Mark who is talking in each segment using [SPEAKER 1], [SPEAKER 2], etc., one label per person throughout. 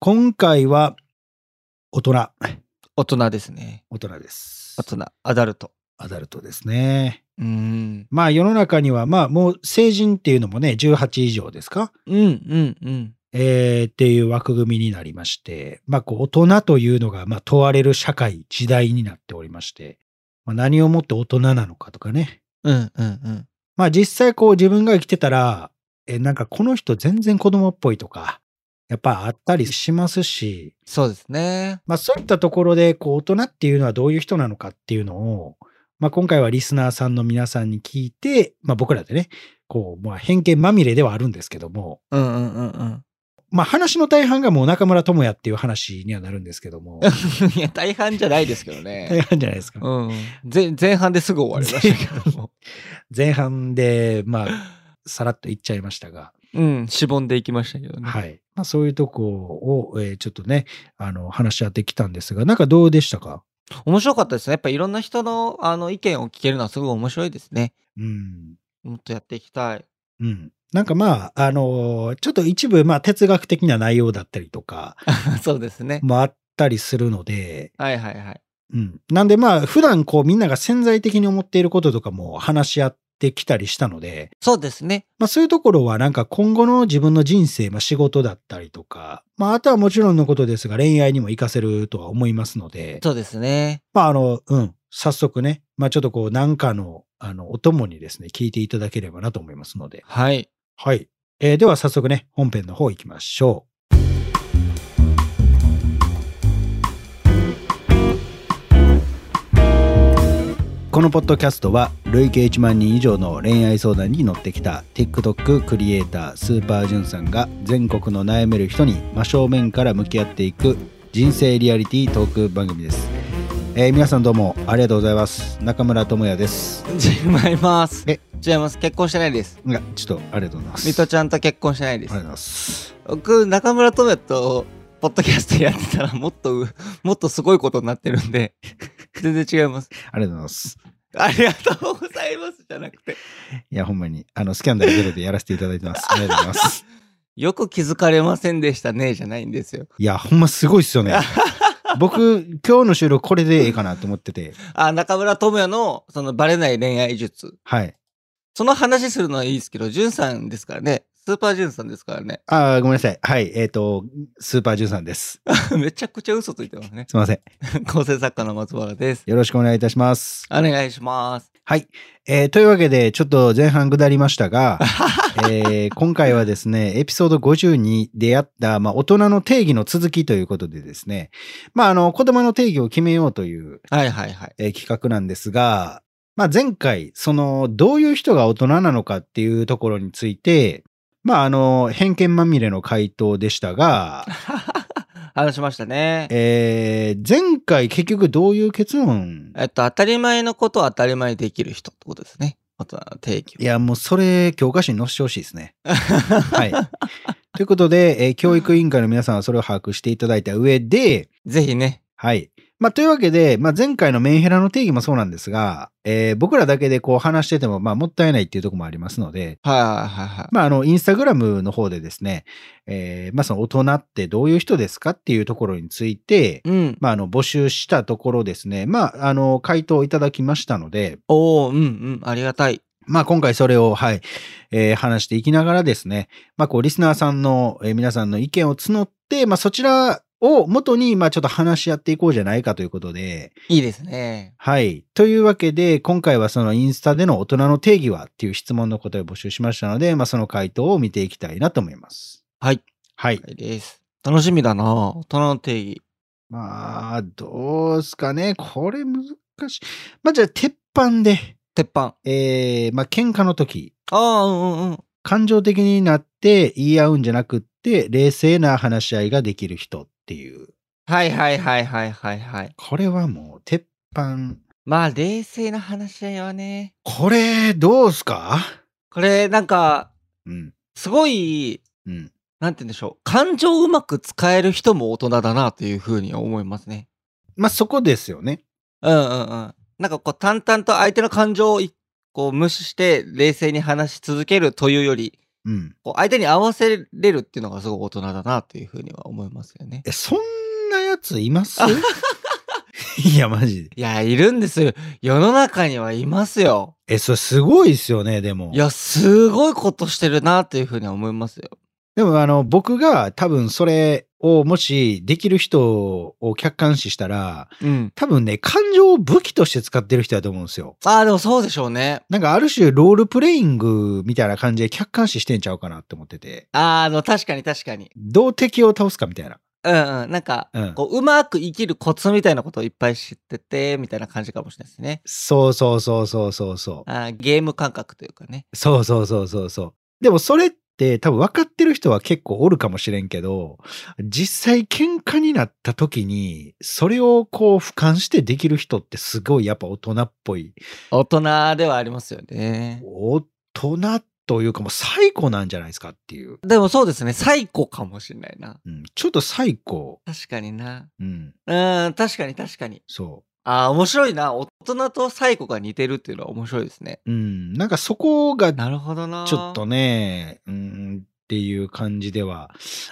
[SPEAKER 1] 今回は、大人。
[SPEAKER 2] 大人ですね。
[SPEAKER 1] 大人です。
[SPEAKER 2] 大人、アダルト。
[SPEAKER 1] アダルトですね。
[SPEAKER 2] うーん。
[SPEAKER 1] まあ世の中には、まあもう成人っていうのもね、18以上ですか
[SPEAKER 2] うんうんうん。
[SPEAKER 1] えーっていう枠組みになりまして、まあこう大人というのが、まあ問われる社会、時代になっておりまして、まあ、何をもって大人なのかとかね。
[SPEAKER 2] うんうんうん。
[SPEAKER 1] まあ実際こう自分が生きてたら、え、なんかこの人全然子供っぽいとか、やっぱあったりしますし、
[SPEAKER 2] そうですね。
[SPEAKER 1] まあそういったところで、こう大人っていうのはどういう人なのかっていうのを、まあ今回はリスナーさんの皆さんに聞いて、まあ僕らでね、こう、まあ偏見まみれではあるんですけども、
[SPEAKER 2] うんうんうんうん。
[SPEAKER 1] まあ話の大半がもう中村智也っていう話にはなるんですけど も、
[SPEAKER 2] いや、大半じゃないですけど
[SPEAKER 1] 大
[SPEAKER 2] ね。
[SPEAKER 1] 半じゃないですか。
[SPEAKER 2] うん、うん。前前半ですぐ終わりましたけども。
[SPEAKER 1] 前半で、まあ、さらっと言っちゃいましたが、
[SPEAKER 2] うん、しぼんでいきましたけどね。
[SPEAKER 1] はい。まあそういうとこを、えーちょっとね、あの、話し合ってきたんですが、なんかどうでしたか
[SPEAKER 2] 面白かったですね。やっぱいろんな人のあの意見を聞けるのはすごい面白いですね。
[SPEAKER 1] うん。
[SPEAKER 2] もっとやっていきたい。
[SPEAKER 1] うん。なんかまあ、あのーちょっと一部、まあ哲学的な内容だったりとか、
[SPEAKER 2] そうですね。
[SPEAKER 1] もあったりするので、
[SPEAKER 2] はいはいはい。
[SPEAKER 1] うん。なんでまあ、普段こうみんなが潜在的に思っていることとかも話し合ってきたりしたので、
[SPEAKER 2] そうですね。
[SPEAKER 1] まあそういうところはなんか今後の自分の人生、まあ仕事だったりとか、まああとはもちろんのことですが恋愛にも活かせるとは思いますので、
[SPEAKER 2] そうですね。
[SPEAKER 1] まああの、うん、早速ね、まあちょっとこうなんかの、あの、お供にですね、聞いていただければなと思いますので。
[SPEAKER 2] はい。
[SPEAKER 1] はい。えーでは早速ね、本編の方行きましょう。このポッドキャストは累計1万人以上の恋愛相談に乗ってきた TikTok クリエイタースーパージュンさんが全国の悩める人に真正面から向き合っていく人生リアリティトーク番組です、えー皆さんどうもありがとうございます中村智也です
[SPEAKER 2] 違います。
[SPEAKER 1] え
[SPEAKER 2] 違います。結婚してないです。
[SPEAKER 1] いやちょっとありがとうございます
[SPEAKER 2] ミトちゃんと結婚してないで
[SPEAKER 1] ありがとう
[SPEAKER 2] す。
[SPEAKER 1] ございます
[SPEAKER 2] 僕、中村智也と、ポッドキャストやってたら、もっとう、 もっとすごいことになってるんで、 全然違います。
[SPEAKER 1] ありがとうございます
[SPEAKER 2] ありがとうございますじゃなくて。
[SPEAKER 1] いや、ほんまに、あの、スキャンダルゼロでやらせていただいてます。ありがとうございます。
[SPEAKER 2] よく気づかれませんでしたね、じゃないんですよ。
[SPEAKER 1] いや、ほんますごいっすよね。僕、今日の収録これでええかなと思ってて、
[SPEAKER 2] あ、中村智也の、その、バレない恋愛術。
[SPEAKER 1] はい。
[SPEAKER 2] その話するのはいいですけど、ジュンさんですからね。スーパージュンさんですからね。
[SPEAKER 1] あーごめんなさい。はい。えっ、と、スーパージュンさんです。
[SPEAKER 2] めちゃくちゃ嘘ついてますね。
[SPEAKER 1] すいません。
[SPEAKER 2] 構成作家の松原です。
[SPEAKER 1] よろしくお願いいたします。
[SPEAKER 2] お願いします。
[SPEAKER 1] はい。えーというわけで、ちょっと前半下りましたが、えー今回はですね、エピソード50に出会った、まあ、大人の定義の続きということでですね、まあ、あの、子供の定義を決めようという、
[SPEAKER 2] はいはいはい。
[SPEAKER 1] えー企画なんですが、まあ、前回、その、どういう人が大人なのかっていうところについて、まあ、あの、偏見まみれの回答でしたが、
[SPEAKER 2] 話しましたね。
[SPEAKER 1] えー前回結局どういう結論
[SPEAKER 2] えっと、当たり前のことを当たり前にできる人ってことですね。大人の定義
[SPEAKER 1] いや、もうそれ、教科書に載せてほしいですね。はい。ということで、えー教育委員会の皆さんはそれを把握していただいた上で、
[SPEAKER 2] ぜひね。
[SPEAKER 1] はい。まあ、というわけで、まあ、前回のメンヘラの定義もそうなんですが、えー僕らだけでこう話してても、まあ、もったいないっていうところもありますので、
[SPEAKER 2] はいはいはいはい。
[SPEAKER 1] まあ、あの、インスタグラムの方でですね、えーまあ、その大人ってどういう人ですかっていうところについて、
[SPEAKER 2] うん。
[SPEAKER 1] まあ、あの、募集したところですね、まあ、あの、回答いただきましたので、
[SPEAKER 2] おおうんうん。ありがたい。
[SPEAKER 1] まあ、今回それを、はい、えー話していきながらですね、まあ、こう、リスナーさんの、えー皆さんの意見を募って、まあ、そちらを元に、まあ、ちょっと話し合っていこうじゃないかということで、
[SPEAKER 2] いいですね。
[SPEAKER 1] はい。というわけで、今回はそのインスタでの大人の定義はっていう質問の答えを募集しましたので、まあ、その回答を見ていきたいなと思います。
[SPEAKER 2] はい。
[SPEAKER 1] はい。
[SPEAKER 2] はいです。楽しみだな大人の定義。
[SPEAKER 1] まあ、どうすかね。これ難しい。まあ、じゃあ、鉄板で、
[SPEAKER 2] 鉄板。
[SPEAKER 1] えー、まあ、喧嘩の時、
[SPEAKER 2] ああ、うんうんうん。
[SPEAKER 1] 感情的になって言い合うんじゃなくって、冷静な話し合いができる人っていう。
[SPEAKER 2] はいはいはいはいはいはい。
[SPEAKER 1] これはもう、鉄板。
[SPEAKER 2] まあ、冷静な話し合いはね。
[SPEAKER 1] これ、どうすか
[SPEAKER 2] これ、なんか、
[SPEAKER 1] うん。
[SPEAKER 2] すごい、
[SPEAKER 1] うん。
[SPEAKER 2] なんて言うんでしょう。感情をうまく使える人も大人だなというふうに思いますね。
[SPEAKER 1] まあ、そこですよね。
[SPEAKER 2] うんうんうん。なんかこう淡々と相手の感情をいこう無視して冷静に話し続けるというより、
[SPEAKER 1] うん。
[SPEAKER 2] こう相手に合わせれるっていうのがすごい大人だなっていうふうには思いますよね。
[SPEAKER 1] え、そんなやついます いや、マジで。
[SPEAKER 2] いや、いるんですよ。世の中にはいますよ。
[SPEAKER 1] え、それすごいですよね、でも。
[SPEAKER 2] いや、すごいことしてるなっていうふうには思いますよ。
[SPEAKER 1] でも、あの、僕が多分それをもしできる人を客観視したら、
[SPEAKER 2] うん。
[SPEAKER 1] 多分ね、感情を武器として使ってる人だと思うんですよ。
[SPEAKER 2] ああ、でもそうでしょうね。
[SPEAKER 1] なんかある種ロールプレイングみたいな感じで客観視してんちゃうかなって思ってて、
[SPEAKER 2] ああ、でも確かに確かに。
[SPEAKER 1] どう敵を倒すかみたいな。
[SPEAKER 2] うんうん。なんか、
[SPEAKER 1] うん。
[SPEAKER 2] こう、うまく生きるコツみたいなことをいっぱい知ってて、みたいな感じかもしれないですね。
[SPEAKER 1] そうそうそうそうそうそう。
[SPEAKER 2] あーゲーム感覚というかね。
[SPEAKER 1] そうそうそうそうそう。でもそれって多分分かってる人は結構おるかもしれんけど、実際喧嘩になった時に、それをこう俯瞰してできる人ってすごいやっぱ大人っぽい。
[SPEAKER 2] 大人ではありますよね。
[SPEAKER 1] 大人というかもう最高なんじゃないですかっていう。
[SPEAKER 2] でもそうですね。最高かもしれないな。
[SPEAKER 1] うん、ちょっと最高。
[SPEAKER 2] 確かにな。
[SPEAKER 1] うん、
[SPEAKER 2] うん、確かに確かに。
[SPEAKER 1] そ
[SPEAKER 2] ああ、面白いな。大人とサイコが似てるっていうのは面白いですね。
[SPEAKER 1] う。うん、なんかそこが
[SPEAKER 2] なるほどな。
[SPEAKER 1] ちょっと。ね、うん、っていう感じでは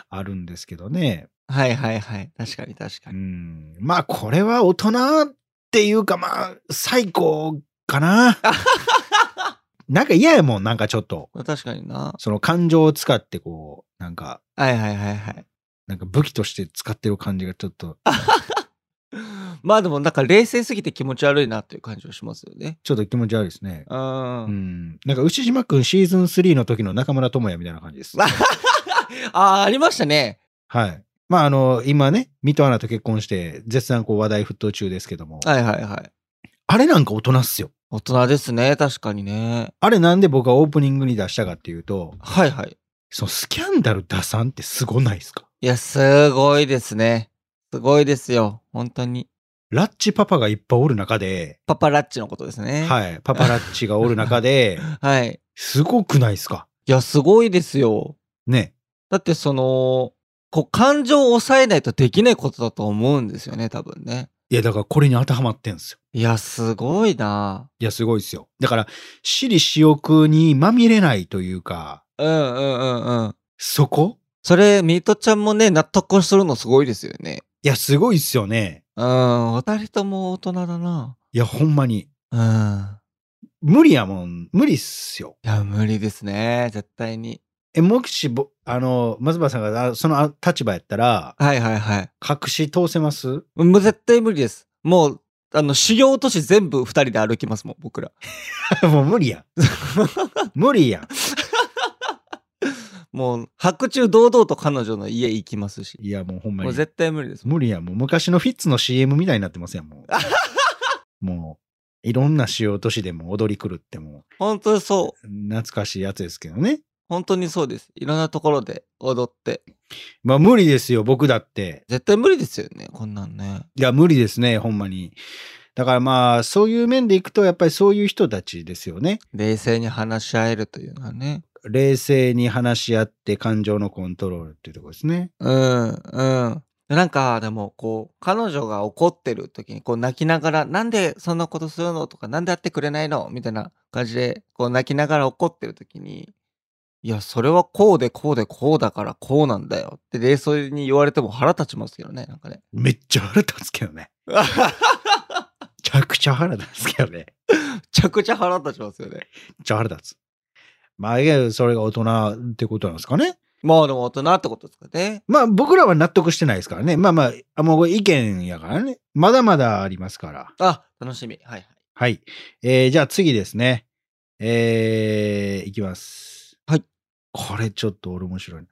[SPEAKER 1] あるんですけどね。
[SPEAKER 2] はいはいはい。確かに確か
[SPEAKER 1] う
[SPEAKER 2] に。
[SPEAKER 1] んまあこれは大人っていうかまあ最高か な。なんか嫌やもんなんかちょっと
[SPEAKER 2] 確かにな。
[SPEAKER 1] その感情を使ってこうなんか
[SPEAKER 2] はいはいはいはい。
[SPEAKER 1] なんか武器として使ってる感じがちょっと
[SPEAKER 2] まあでもなんか冷静すぎて気持ち悪いなっていう感じはしますよね。
[SPEAKER 1] ちょっと気持ち悪いですね。
[SPEAKER 2] う。
[SPEAKER 1] うんん、なんか牛島くんシーズン3の時の中村智也みたいな感じです。
[SPEAKER 2] ああ、ありましたね。
[SPEAKER 1] はい。まああの今ね水戸アナと結婚して絶賛こう話題沸騰中ですけども、
[SPEAKER 2] はいはいはい。
[SPEAKER 1] あれなんか大人っすよ。
[SPEAKER 2] 大人ですね。確かにね。
[SPEAKER 1] あれなんで僕はオープニングに出したかっていうと、
[SPEAKER 2] はいはい。
[SPEAKER 1] そのスキャンダル打算ってすごないですか
[SPEAKER 2] いや、すごいですね。すごいですよ。本当に。
[SPEAKER 1] ラッチパパがいっぱいおる中で、
[SPEAKER 2] パパラッチのことですね。い。
[SPEAKER 1] はい、パパラッチがおる中 で、
[SPEAKER 2] はい。
[SPEAKER 1] すごくないですか
[SPEAKER 2] いや、すごいですよ。
[SPEAKER 1] ね。
[SPEAKER 2] だってその、こう、感情を抑えないとできないことだと思うんですよね、多分ね。
[SPEAKER 1] いや、だからこれに当てはまってんすよ。
[SPEAKER 2] いや、すごいない
[SPEAKER 1] や、すごいですよ。だから、私利私欲にまみれないというか、
[SPEAKER 2] うんうんうんうん。
[SPEAKER 1] そこ
[SPEAKER 2] それ、ミートちゃんもね、納得するのすごいですよね。
[SPEAKER 1] いや、すごいっすよね。
[SPEAKER 2] うん、お二人とも大人だな。
[SPEAKER 1] いや、ほんまに。
[SPEAKER 2] うん。
[SPEAKER 1] 無理やもん。無理っすよ。
[SPEAKER 2] いや、無理ですね、絶対に。
[SPEAKER 1] え、もし、ぼあの、松原さんがあそのあ立場やったら、
[SPEAKER 2] はいはいはい。
[SPEAKER 1] 隠し通せます
[SPEAKER 2] もう絶対無理です。もう、あの、修行都市全部二人で歩きますもん、僕ら。
[SPEAKER 1] もう無 理やん。無理やん。
[SPEAKER 2] もう、白昼堂々と彼女の家行きますし。
[SPEAKER 1] いや、もうほんま
[SPEAKER 2] もう
[SPEAKER 1] に。
[SPEAKER 2] 絶対無理です。
[SPEAKER 1] 無理やんもう昔のフィッツの CM みたいになってますやんもうもういろんな主要都市でも踊り狂っても
[SPEAKER 2] 本当にそう。
[SPEAKER 1] 懐かしいやつですけどね
[SPEAKER 2] 本当にそうです。いろんなところで踊って。
[SPEAKER 1] まあ無理ですよ僕だって
[SPEAKER 2] 絶対無理ですよね、こんなんね。
[SPEAKER 1] いや無理ですねほんまにだからまあそういう面でいくとやっぱりそういう人たちですよね
[SPEAKER 2] 冷静に話し合えるというのはね。
[SPEAKER 1] 冷静に話し合って感情のコントロールっていうところですね
[SPEAKER 2] うん、うん。なんか、でも、こう、彼女が怒ってる時に、こう、泣きながら、なんでそんなことするのとか、なんでやってくれないのみたいな感じで、こう、泣きながら怒ってる時に、いや、それはこうでこうでこうだからこうなんだよって冷静に言われても腹立ちますけどね、なんかね。
[SPEAKER 1] めっちゃ腹立つけどね
[SPEAKER 2] め
[SPEAKER 1] めちゃくちゃ腹立つけどね
[SPEAKER 2] ちゃくちゃ腹立ちますよね。
[SPEAKER 1] めっちゃ腹立つまあいやそれが大人ってことなんですかね
[SPEAKER 2] まあでも大人ってことですかね。
[SPEAKER 1] まあ僕らは納得してないですからね。まあまああ、もうこれ意見やからね。まだまだありますから。
[SPEAKER 2] あ、楽しみ。はい
[SPEAKER 1] はい。えー、じゃあ次ですね。えー、いきます。
[SPEAKER 2] はい。
[SPEAKER 1] これちょっと俺面白いな。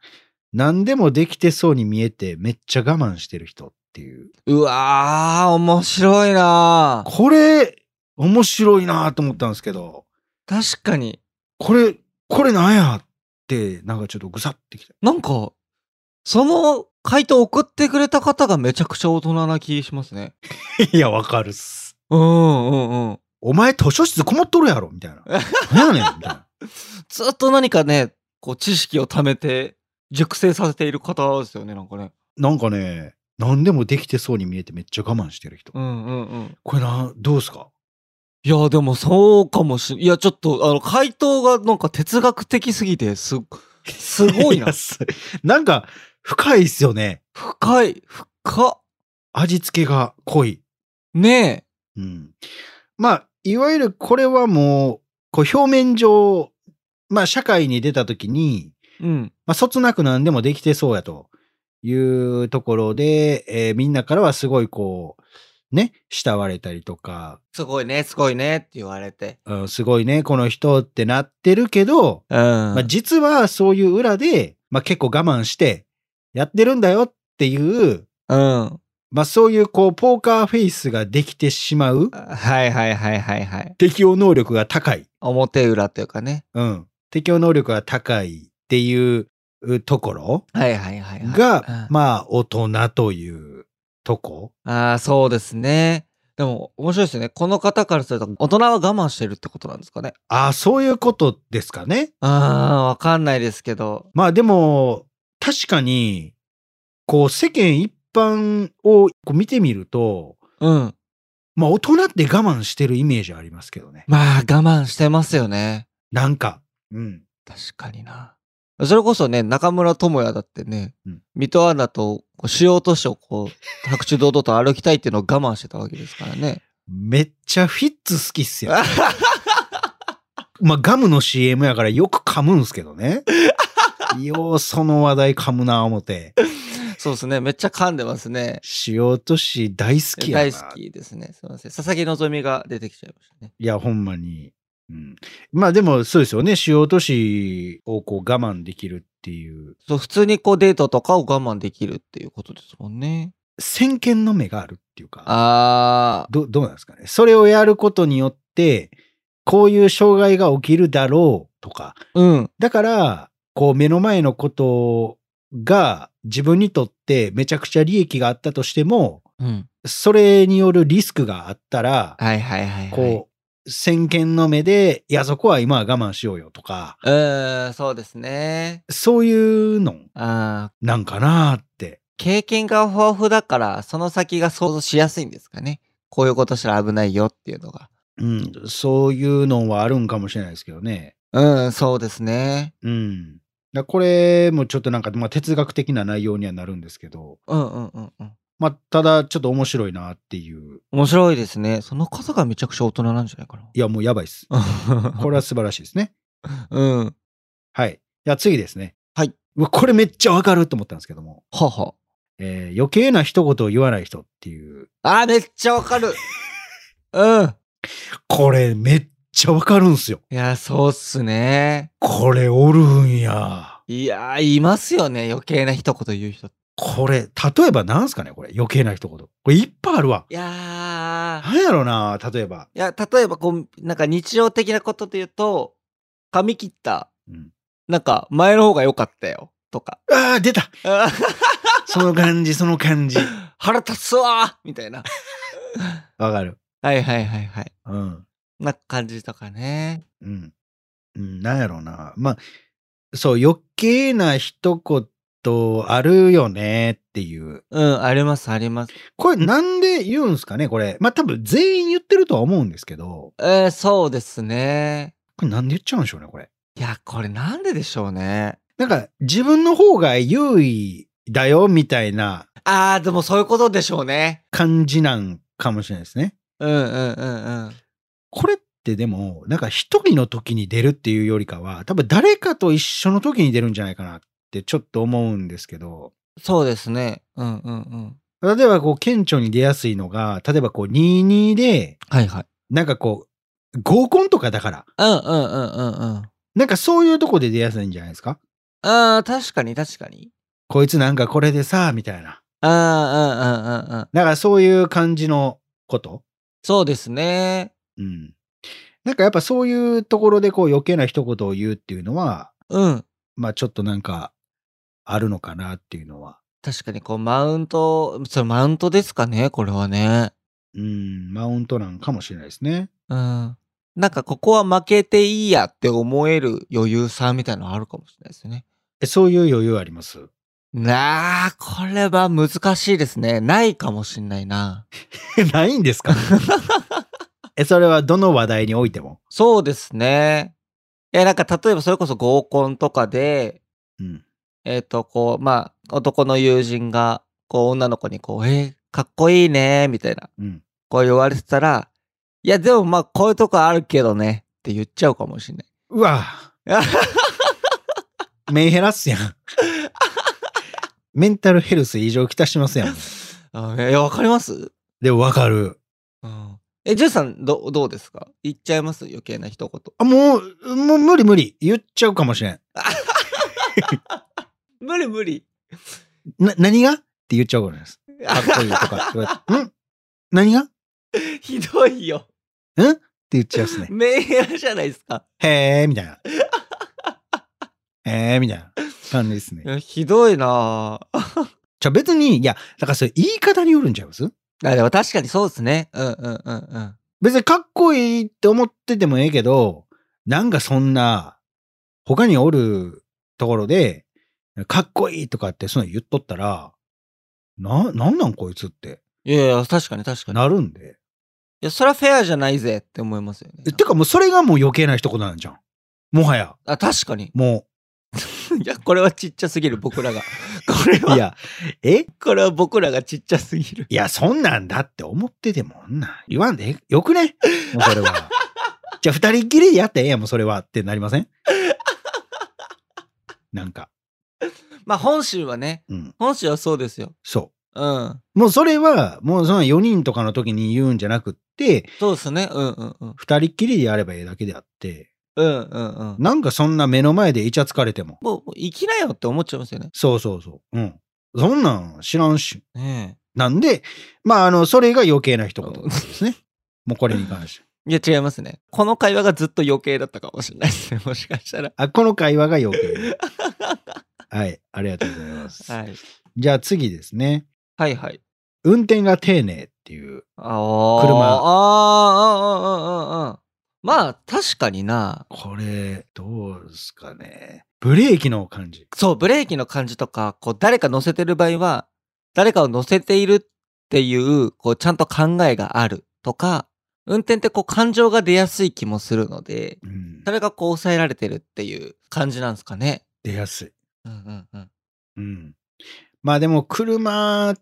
[SPEAKER 1] 何でもできてそうに見えてめっちゃ我慢してる人っていう。
[SPEAKER 2] うわー、面白いなー
[SPEAKER 1] これ、面白いなと思ったんですけど、
[SPEAKER 2] 確かに。
[SPEAKER 1] これ、これなんやって、なんかちょっとぐさってきた。
[SPEAKER 2] なんか、その回答送ってくれた方がめちゃくちゃ大人な気しますね。
[SPEAKER 1] いや、わかるっす。
[SPEAKER 2] うんうんうん。
[SPEAKER 1] お前図書室こもっとるやろみたい な。何やねんみたいな。
[SPEAKER 2] ずっと何かね、こう知識を貯めて、熟成させている方ですよね、なんかね。
[SPEAKER 1] なんかね、何でもできてそうに見えてめっちゃ我慢してる人。
[SPEAKER 2] うんうんうん。
[SPEAKER 1] これな、どうすか
[SPEAKER 2] いや、でもそうかもしん、いや、ちょっと、あの、回答がなんか哲学的すぎて、すっ、すごいな。
[SPEAKER 1] 安いなんか、深いっすよね。
[SPEAKER 2] 深い。深っ。
[SPEAKER 1] 味付けが濃い。
[SPEAKER 2] ね
[SPEAKER 1] うん。まあ、いわゆるこれはもう、こう表面上、まあ、社会に出た時に、
[SPEAKER 2] え。うん。
[SPEAKER 1] まあ、そつなく何でもできてそうやというところで、えーみんなからはすごいこう、ね、慕われたりとか、
[SPEAKER 2] すごいね、すごいねって言われて。
[SPEAKER 1] うん、すごいね、この人ってなってるけど、
[SPEAKER 2] うん。ま
[SPEAKER 1] まあ、実はそういう裏で、まあ、結構我慢してやってるんだよっていう、
[SPEAKER 2] うん。
[SPEAKER 1] まあ、そういうこう、ポーカーフェイスができてしまう
[SPEAKER 2] はいはいはいはいはい。
[SPEAKER 1] 適応能力が高い。
[SPEAKER 2] 表裏というかね。
[SPEAKER 1] うん。適応能力が高いっていううところ
[SPEAKER 2] はいはいはい、はい。
[SPEAKER 1] が、
[SPEAKER 2] うん
[SPEAKER 1] まあ、大人というとこ。
[SPEAKER 2] ああ、そうですね。でも、面白いですね。この方からすると、大人は我慢してるってことなんですかね。
[SPEAKER 1] ああ、そういうことですかね。
[SPEAKER 2] ああ、わかんないですけど。
[SPEAKER 1] まあでも、確かに、こう、世間一般をこう見てみると、
[SPEAKER 2] うん。
[SPEAKER 1] まあ大人って我慢してるイメージありますけどね。
[SPEAKER 2] まあ、我慢してますよね。
[SPEAKER 1] なんか。うん。
[SPEAKER 2] 確かにな。それこそね、中村智也だってね、
[SPEAKER 1] うん
[SPEAKER 2] 水戸アナとこう主要都市をこう、白昼堂々と歩きたいっていうのを我慢してたわけですからね。
[SPEAKER 1] めっちゃフィッツ好きっすよ。まあガムの CM やからよく噛むんすけどね。ようその話題噛むな思て。
[SPEAKER 2] そうですね。めっちゃ噛んでますね。
[SPEAKER 1] しようとし大好きやな。
[SPEAKER 2] 大好きですね。すいません。佐々木希が出てきちゃいましたね。
[SPEAKER 1] いや、ほんまに。うん、まあでもそうですよね。主要都市をこう我慢できるっていう、
[SPEAKER 2] そう、普通にこうデートとかを我慢できるっていうことですもんね。
[SPEAKER 1] 先見の目があるっていうか、
[SPEAKER 2] あ
[SPEAKER 1] どどうなんですかね。それをやることによって、こういう障害が起きるだろうとか、
[SPEAKER 2] ー、うん。
[SPEAKER 1] だから、こう目の前のことが自分にとってめちゃくちゃ利益があったとしても、
[SPEAKER 2] うん。
[SPEAKER 1] それによるリスクがあったら、
[SPEAKER 2] はいはいはい、はい。
[SPEAKER 1] こう、先見の目で、いや、そこは今は我慢しようよとか、
[SPEAKER 2] う。うーん、そうですね。
[SPEAKER 1] そういうの
[SPEAKER 2] ああ、
[SPEAKER 1] なんかなーって。
[SPEAKER 2] 経験が豊富だから、その先が想像しやすいんですかね。こういうことしたら危ないよっていうのが。
[SPEAKER 1] うん、そういうのはあるんかもしれないですけどね。
[SPEAKER 2] うん、そうですね。
[SPEAKER 1] うん。だこれもちょっとなんか、まあ、哲学的な内容にはなるんですけど、
[SPEAKER 2] うんうんうんうん。
[SPEAKER 1] まあ、ただちょっと面白いなっていう。
[SPEAKER 2] 面白いですね。その方がめちゃくちゃ大人なんじゃないか
[SPEAKER 1] いや、もうやばいっす。
[SPEAKER 2] な。
[SPEAKER 1] これは素晴らしいですね。
[SPEAKER 2] うん。は
[SPEAKER 1] はい。じゃあ次ですね。
[SPEAKER 2] はいう
[SPEAKER 1] わこれめっちゃわかると思ったんですけども、
[SPEAKER 2] は。
[SPEAKER 1] えー余計な一言を言わない人っていう。
[SPEAKER 2] あー、めっちゃわかる。 うん。
[SPEAKER 1] これめっちゃわかるんすよ。
[SPEAKER 2] いや、そうっすね。
[SPEAKER 1] これおるんや。
[SPEAKER 2] いやー、いますよね。余計な一言言う人。
[SPEAKER 1] これ、例えばなんすかねこれ。余計な一言。これいっぱいあるわ。
[SPEAKER 2] いやー。
[SPEAKER 1] なんやろな例えば。
[SPEAKER 2] いや、例えば、こう、なんか日常的なことで言うと、髪切った。
[SPEAKER 1] うん
[SPEAKER 2] なんか、前の方が良かったよ。とか。
[SPEAKER 1] ああ、出た
[SPEAKER 2] あ
[SPEAKER 1] その感じ、その感 じ。
[SPEAKER 2] 腹立つわーみたいな。
[SPEAKER 1] わかる。
[SPEAKER 2] はいはいはいはい。
[SPEAKER 1] うん。
[SPEAKER 2] な感じとかね。
[SPEAKER 1] うん。うんなんやろうな。まあ、そう、余計な一言あるよねっていう。
[SPEAKER 2] うん、ありますあります。
[SPEAKER 1] これなんで言うんすかねこれ。まあ多分全員言ってるとは思うんですけど、
[SPEAKER 2] えー、そうですね。
[SPEAKER 1] これなんで言っちゃうんでしょうねこれ。
[SPEAKER 2] いや、これなんででしょうね。
[SPEAKER 1] なんか自分の方が優位だよみたいな
[SPEAKER 2] あー、でもそういうことでしょうね。
[SPEAKER 1] 感じなんかもしれないですね。
[SPEAKER 2] うんうんうんうん。
[SPEAKER 1] これってでも、なんか一人の時に出るっていうよりかは、多分誰かと一緒の時に出るんじゃないかなってちょっと思うんですけど、
[SPEAKER 2] そうですね。うんうんうん。
[SPEAKER 1] 例えばこう顕著に出やすいのが、例えばこう22で、
[SPEAKER 2] はいはい。
[SPEAKER 1] なんかこう合コンとかだから、
[SPEAKER 2] うんうんうんうんうん。
[SPEAKER 1] なんかそういうとこで出やすいんじゃないですか
[SPEAKER 2] ああ、確かに確かに。
[SPEAKER 1] こいつなんかこれでさ、みたいな。
[SPEAKER 2] ああ、うんうんうんうん。
[SPEAKER 1] だからそういう感じのこと。
[SPEAKER 2] そうですね。
[SPEAKER 1] うん。なんかやっぱそういうところでこう余計な一言を言うっていうのは、
[SPEAKER 2] うん。
[SPEAKER 1] まあちょっとなんかあるのかなっていうのは
[SPEAKER 2] 確かにこう、マウント、それマウントですかね、これはね。
[SPEAKER 1] うん、マウントなんかもしれないですね。
[SPEAKER 2] うん。なんかここは負けていいやって思える余裕さみたいなのあるかもしれないですよね。
[SPEAKER 1] えそういう余裕あります。
[SPEAKER 2] なあ、これは難しいですね。ないかもしんないな。
[SPEAKER 1] ないんですか え、それはどの話題においても。
[SPEAKER 2] そうですね。え、なんか例えばそれこそ合コンとかで、
[SPEAKER 1] うん。
[SPEAKER 2] えっ、と、こう、まあ、男の友人が、こう、女の子に、こう、えーかっこいいね、みたいな、
[SPEAKER 1] うん。
[SPEAKER 2] こう言われてたら、いや、でもまあ、こういうとこあるけどね、って言っちゃうかもしれな
[SPEAKER 1] う わ
[SPEAKER 2] い。
[SPEAKER 1] メンヘラっすやん。 メンタルヘルス異常きたしますやん。
[SPEAKER 2] あいや、わかります、
[SPEAKER 1] でもわかる。
[SPEAKER 2] うん、え、ジュンさん、ど、どうですか言っちゃいます余計な一言。
[SPEAKER 1] あ、もう、もう無理無理。言っちゃうかもしれん。
[SPEAKER 2] 無理無理。
[SPEAKER 1] な、何がって言っちゃうかもしれないです。かっこいいとかって言われて。ん何がって
[SPEAKER 2] ひどいよ。
[SPEAKER 1] 言っちゃうっすね。
[SPEAKER 2] メンヘラじゃないですか。
[SPEAKER 1] へえ、みたいな。へえ、みたいな感じですね
[SPEAKER 2] い。やひどいなぁ。
[SPEAKER 1] じゃあ別に、いや、だからそれ言い方によるんちゃいます
[SPEAKER 2] あでも確かにそうですね。うんうんうんうん。
[SPEAKER 1] 別にかっこいいって思っててもええけど、なんかそんな、他におるところで、かっこいいとかってその言っとったら、な、なんなんこいつって
[SPEAKER 2] いやいや、確かに確かに。い
[SPEAKER 1] なるんで。
[SPEAKER 2] や、それはフェアじゃないぜって思いますよね
[SPEAKER 1] え。てかもうそれがもう余計な一言なんじゃん。もはや、
[SPEAKER 2] あ、確かに。
[SPEAKER 1] も
[SPEAKER 2] いや、これはちっちゃすぎる、僕ら が。これ
[SPEAKER 1] う。
[SPEAKER 2] は、
[SPEAKER 1] いや、え
[SPEAKER 2] これは僕らがちっちゃすぎる。
[SPEAKER 1] いや、そんなんだって思ってても、んなん言わんでえよくねもうそれ は。じゃあ二人っきりでやってええやん、もうそれはってなりませんなんか、
[SPEAKER 2] まあ、本州はね、
[SPEAKER 1] うん、
[SPEAKER 2] 本州はそうですよ。
[SPEAKER 1] そう。
[SPEAKER 2] うん。
[SPEAKER 1] もうそれは、もうその4人とかの時に言うんじゃなくって、
[SPEAKER 2] そうですね。うんうんうん。
[SPEAKER 1] 2人っきりでやればええだけであって、
[SPEAKER 2] うんうんうん。
[SPEAKER 1] なんかそんな目の前でイチャつかれても、
[SPEAKER 2] もう、もう生きなよって思っちゃいますよね。
[SPEAKER 1] そうそうそう、うん。そんなん知らんし。
[SPEAKER 2] ね
[SPEAKER 1] なんで、まあ、あの、それが余計な一言ですね。もうこれに関して。
[SPEAKER 2] え。いや、違いますね。この会話がずっと余計だったかもしれないですね。 もしかしたら。
[SPEAKER 1] あ、この会話が余計。はい、ありがとうございます。
[SPEAKER 2] はい。
[SPEAKER 1] じゃあ次ですね。
[SPEAKER 2] はいはい。
[SPEAKER 1] 運転が丁寧っていう、
[SPEAKER 2] ああ。
[SPEAKER 1] 車
[SPEAKER 2] ああ、うんうんうんうんうん。まあ、確かにな。
[SPEAKER 1] これ、どうですかね。ブレーキの感じ。
[SPEAKER 2] そう、ブレーキの感じとか、こう、誰か乗せてる場合は、誰かを乗せているっていう、こう、ちゃんと考えがあるとか、運転ってこう、感情が出やすい気もするので、
[SPEAKER 1] うん
[SPEAKER 2] そ。れがこう、抑えられてるっていう感じなんですかね。
[SPEAKER 1] 出やすい。
[SPEAKER 2] うんうんうん。
[SPEAKER 1] うん。まあでも車っ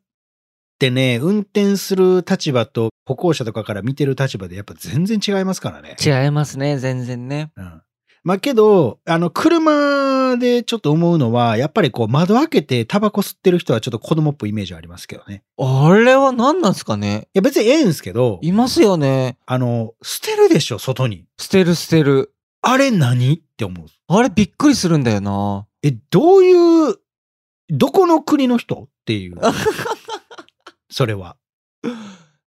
[SPEAKER 1] てね、運転する立場と歩行者とかから見てる立場でやっぱ全然違いますからね。
[SPEAKER 2] 違いますね、全然ね。
[SPEAKER 1] うん。まあけど、あの、車でちょっと思うのは、やっぱりこう窓開けてタバコ吸ってる人はちょっと子供っぽいイメージありますけどね。
[SPEAKER 2] あれは何なんですかね
[SPEAKER 1] いや別にええんすけど、
[SPEAKER 2] いますよね。
[SPEAKER 1] あの、捨てるでしょ、外に。
[SPEAKER 2] 捨てる捨てる。
[SPEAKER 1] あれ何って思う。
[SPEAKER 2] あれびっくりするんだよな。
[SPEAKER 1] え、どういう、どこの国の人って いう。それは。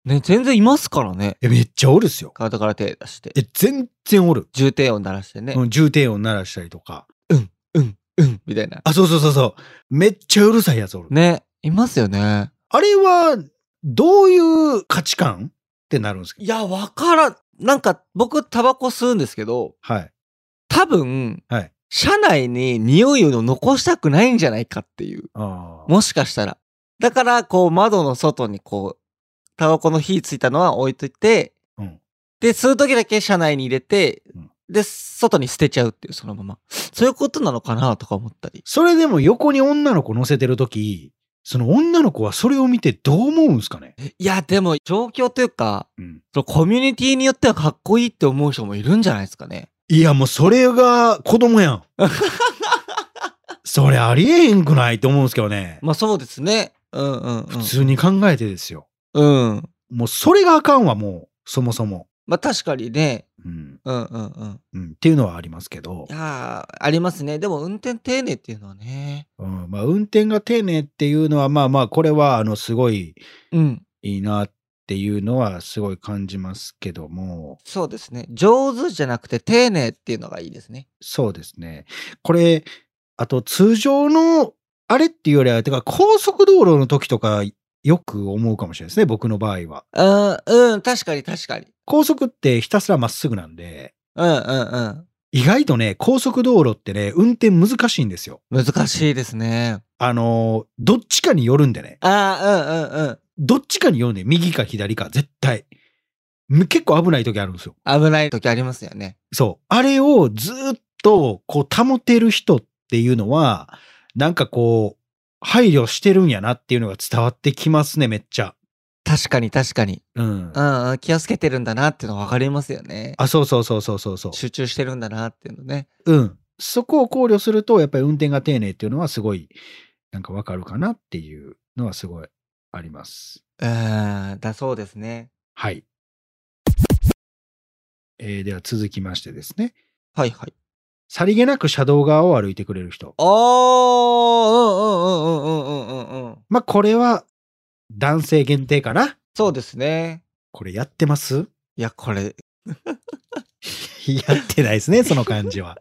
[SPEAKER 2] ね、全然いますからね。
[SPEAKER 1] え、めっちゃおるっすよ。
[SPEAKER 2] 体から手出して。
[SPEAKER 1] え、全然おる。
[SPEAKER 2] 重低音鳴らしてね。
[SPEAKER 1] うん、重低音鳴らしたりとか。
[SPEAKER 2] うん、うん、みたいな。
[SPEAKER 1] あ、そうそうそうそう。めっちゃうるさいやつおる。
[SPEAKER 2] ね、いますよね。
[SPEAKER 1] あれは、どういう価値観ってなるんですか
[SPEAKER 2] いや、わからん。なんか、僕、タバコ吸うんですけど、
[SPEAKER 1] はい。
[SPEAKER 2] 多分、
[SPEAKER 1] はい
[SPEAKER 2] 車内に匂いを残したくないんじゃないかっていう。
[SPEAKER 1] あ
[SPEAKER 2] もしかしたら。だから、こう、窓の外に、こう、タバコの火ついたのは置いといて、
[SPEAKER 1] うん
[SPEAKER 2] で、吸う時だけ車内に入れて、
[SPEAKER 1] うん
[SPEAKER 2] で、外に捨てちゃうっていう、そのまま。そういうことなのかなとか思ったり。
[SPEAKER 1] それでも横に女の子乗せてるとき、その女の子はそれを見てどう思うんですかね
[SPEAKER 2] いや、でも、状況というか、
[SPEAKER 1] うん。
[SPEAKER 2] そのコミュニティによってはかっこいいって思う人もいるんじゃないですかね。
[SPEAKER 1] いや、もうそれが子供 やん。それありえへんくないと思うんですけどね。
[SPEAKER 2] まあそうですね。うんうん、うん。
[SPEAKER 1] 普通に考えてですよ。
[SPEAKER 2] うん。
[SPEAKER 1] もうそれがあかんわ、もう、そもそも。
[SPEAKER 2] まあ確かにね。
[SPEAKER 1] うん。
[SPEAKER 2] うんうんうん。
[SPEAKER 1] うん。っていうのはありますけど
[SPEAKER 2] い。やーありますね。でも運転丁寧っていうのはね。
[SPEAKER 1] うんまあ、運転が丁寧っていうのはまあまあこれはあのすごい
[SPEAKER 2] うん。
[SPEAKER 1] いいなっていうのはすごい感じますけども
[SPEAKER 2] そうですね。上手じゃなくて丁寧っていうのがいいですね。
[SPEAKER 1] そうですねこれあと通常のあれっていうよりはてか高速道路の時とかよく思うかもしれないですね僕の場合は
[SPEAKER 2] うん、うん、確かに確かに。
[SPEAKER 1] 高速ってひたすらまっすぐなんで
[SPEAKER 2] うんうん
[SPEAKER 1] 意外とね高速道路ってね運転難しいんですよ
[SPEAKER 2] うん。難しいですね。
[SPEAKER 1] あのどっちかによるんでね
[SPEAKER 2] ああ、うんうん
[SPEAKER 1] どっちかによるんで右か左か絶対結構危ない時あるんですよ
[SPEAKER 2] うん。危ない時ありますよね。
[SPEAKER 1] そう。あれをずっとこう保てる人っっていうのは、なんかこう、配慮してるんやなっていうのが伝わってきますね、めっちゃ。
[SPEAKER 2] 確かに確かに。
[SPEAKER 1] うん
[SPEAKER 2] う。んうん、気をつけてるんだなっていうのは分かりますよね。
[SPEAKER 1] あ、そうそうそうそうそうそう。
[SPEAKER 2] 集中してるんだなっていうのね。
[SPEAKER 1] うん。そこを考慮すると、やっぱり運転が丁寧っていうのはすごい、なんかわかるかなっていうのはすごいあります。
[SPEAKER 2] うん、だそうですね。
[SPEAKER 1] はい。えーでは続きましてですね。
[SPEAKER 2] はいはい。
[SPEAKER 1] さりげなく車道側を歩いてくれる人。
[SPEAKER 2] おー、うんうんうんうんうんうんうん。
[SPEAKER 1] まあ、これは男性限定かな
[SPEAKER 2] そうですね。
[SPEAKER 1] これやってます
[SPEAKER 2] いや、これ、
[SPEAKER 1] やってないですね、その感じは。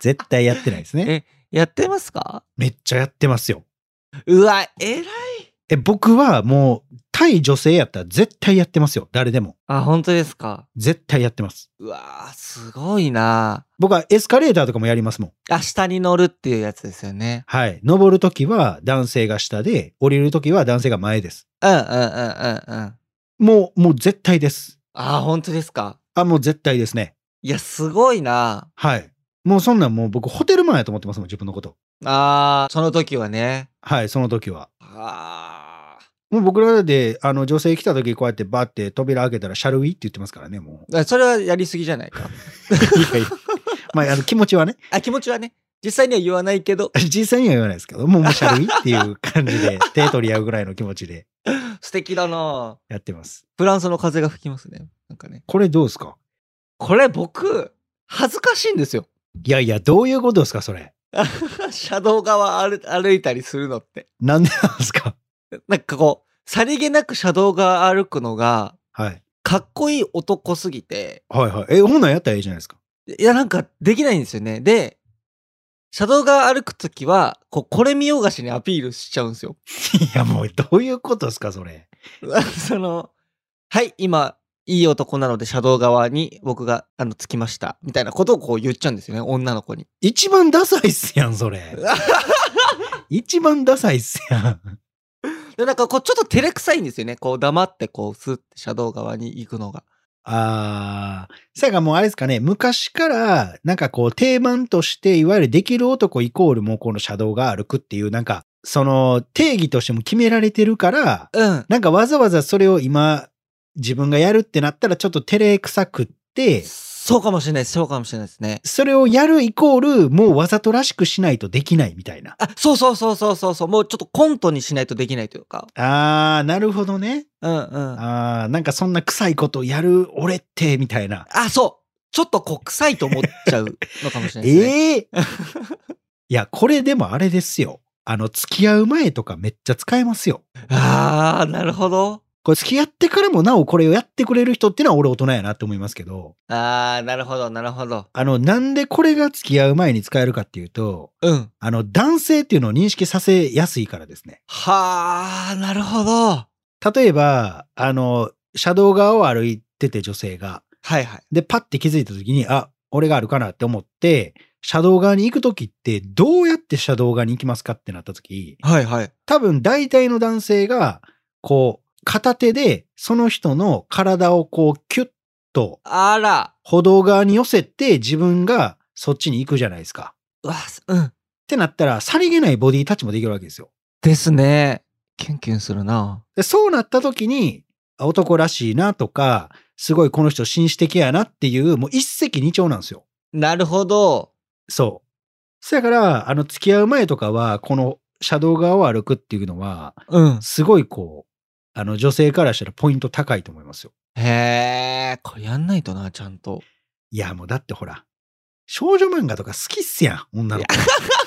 [SPEAKER 1] 絶対やってないですね。
[SPEAKER 2] え、やってますか
[SPEAKER 1] めっちゃやってますよ。
[SPEAKER 2] うわ、えらい。
[SPEAKER 1] え、僕はもう、対女性やったら絶対やってますよ。誰でも。
[SPEAKER 2] あ、本当ですか。
[SPEAKER 1] 絶対やってます。
[SPEAKER 2] うわー、すごいな。
[SPEAKER 1] 僕はエスカレーターとかもやりますもん。
[SPEAKER 2] あ、下に乗るっていうやつですよね。
[SPEAKER 1] はい。登るときは男性が下で、降りるときは男性が前です。
[SPEAKER 2] うんうんうんうんうん。
[SPEAKER 1] もう、もう絶対です。
[SPEAKER 2] あ、本当ですか。
[SPEAKER 1] あ、もう絶対ですね。
[SPEAKER 2] いや、すごいな。
[SPEAKER 1] はい。もうそんなんもう僕ホテルマンやと思ってますもん、自分のこと。
[SPEAKER 2] あー、その時はね。
[SPEAKER 1] はい、その時は。
[SPEAKER 2] あ
[SPEAKER 1] もう僕らで、あの、女性来た時こうやってバーって扉開けたら、シャルウィって言ってますからね、も
[SPEAKER 2] ー。それはやりすぎじゃないか。
[SPEAKER 1] う。いやいや まあ、あの、気持ちはね、
[SPEAKER 2] あ、気持ちはね。実際には言わないけど、
[SPEAKER 1] 実際には言わないですけど、もうもうシャルウィっていう感じ で、手取り合うぐらいの気持ちで
[SPEAKER 2] 素敵だな
[SPEAKER 1] やってます。
[SPEAKER 2] フランスの風が吹きますね。なんかね。
[SPEAKER 1] これどうですか
[SPEAKER 2] これ僕、恥ずかしいんですよ。
[SPEAKER 1] いやいや、どういうことですか、それ。
[SPEAKER 2] 車道側歩歩いたりするのって。
[SPEAKER 1] なんでなんですか
[SPEAKER 2] なんかこう、さりげなく車道側歩くのが、
[SPEAKER 1] はい。
[SPEAKER 2] かっこいい男すぎて、
[SPEAKER 1] はいはい。え、本来やったらいいじゃないですか。
[SPEAKER 2] いや、なんかできないんですよね。で、車道側歩くときは、こう、これ見よがしにアピールしちゃうんですよ。
[SPEAKER 1] いや、もうどういうことですか、それ。
[SPEAKER 2] その、はい、今、いい男なので車道側に僕が、あの、着きました。みたいなことをこう言っちゃうんですよね、女の子に。
[SPEAKER 1] 一番ダサいっすやん、そ れ。一番ダサいっすやん。
[SPEAKER 2] で、なんかこう、ちょっと照れくさいんですよね。こう、黙ってこう、スッて車道側に行くのが。
[SPEAKER 1] あー。せやからもうあれですかね、昔から、なんかこう、定番として、いわゆるできる男イコールもうこの車道が歩くっていう、なんか、その定義としても決められてるから、
[SPEAKER 2] うん。
[SPEAKER 1] なんかわざわざそれを今、自分がやるってなったらちょっと照れくさくって、
[SPEAKER 2] そうかもしれないです。そうかもしれないですね。
[SPEAKER 1] それをやるイコール、もうわざとらしくしないとできないみたいな。
[SPEAKER 2] あ、そうそうそうそうそうそう。もうちょっとコントにしないとできないというか。
[SPEAKER 1] あー、なるほどね。
[SPEAKER 2] うんうん。あ
[SPEAKER 1] あー、なんかそんな臭いことやる俺って、みたいな。
[SPEAKER 2] そう。ちょっとこう、臭いと思っちゃうのかもしれないですね。
[SPEAKER 1] ええー いや、これでもあれですよ。あの、付き合う前とかめっちゃ使えますよ。
[SPEAKER 2] あー、なるほど。
[SPEAKER 1] これ付き合ってからもなおこれをやってくれる人っていうのは俺大人やなって思いますけど、
[SPEAKER 2] あー、なるほど、なるほど。
[SPEAKER 1] あの、なんでこれが付き合う前に使えるかっていうと、
[SPEAKER 2] うん。
[SPEAKER 1] あの、男性っていうのを認識させやすいからですね。
[SPEAKER 2] はあ、なるほど。は
[SPEAKER 1] 例えば、あの、車道側を歩いてて女性が、
[SPEAKER 2] いはい。
[SPEAKER 1] で、パッて気づいた時に、あ、俺があるかなって思って、車道側に行く時って、どうやって車道側に行きますかってなった時、
[SPEAKER 2] はいはい。
[SPEAKER 1] 多分大体の男性が、こう、片手で、その人の体をこう、キュッと、
[SPEAKER 2] あら。
[SPEAKER 1] 歩道側に寄せて、自分がそっちに行くじゃないですか。
[SPEAKER 2] うわ、うん。
[SPEAKER 1] ってなったら、さりげないボディタッチもできるわけですよ。
[SPEAKER 2] ですね。キュンキュンするな。
[SPEAKER 1] で、そうなった時に、あ男らしいなとか、すごいこの人紳士的やなっていう、もう一石二鳥なんですよ。
[SPEAKER 2] なるほど。
[SPEAKER 1] そう。そやから、あの、付き合う前とかは、この車道側を歩くっていうのは、
[SPEAKER 2] うん。
[SPEAKER 1] すごいこう、あの、女性からしたらポイント高いと思いますよ。
[SPEAKER 2] へえ、これやんないとな、ちゃんと。
[SPEAKER 1] いや、もうだってほら、少女漫画とか好きっすやん、女の子。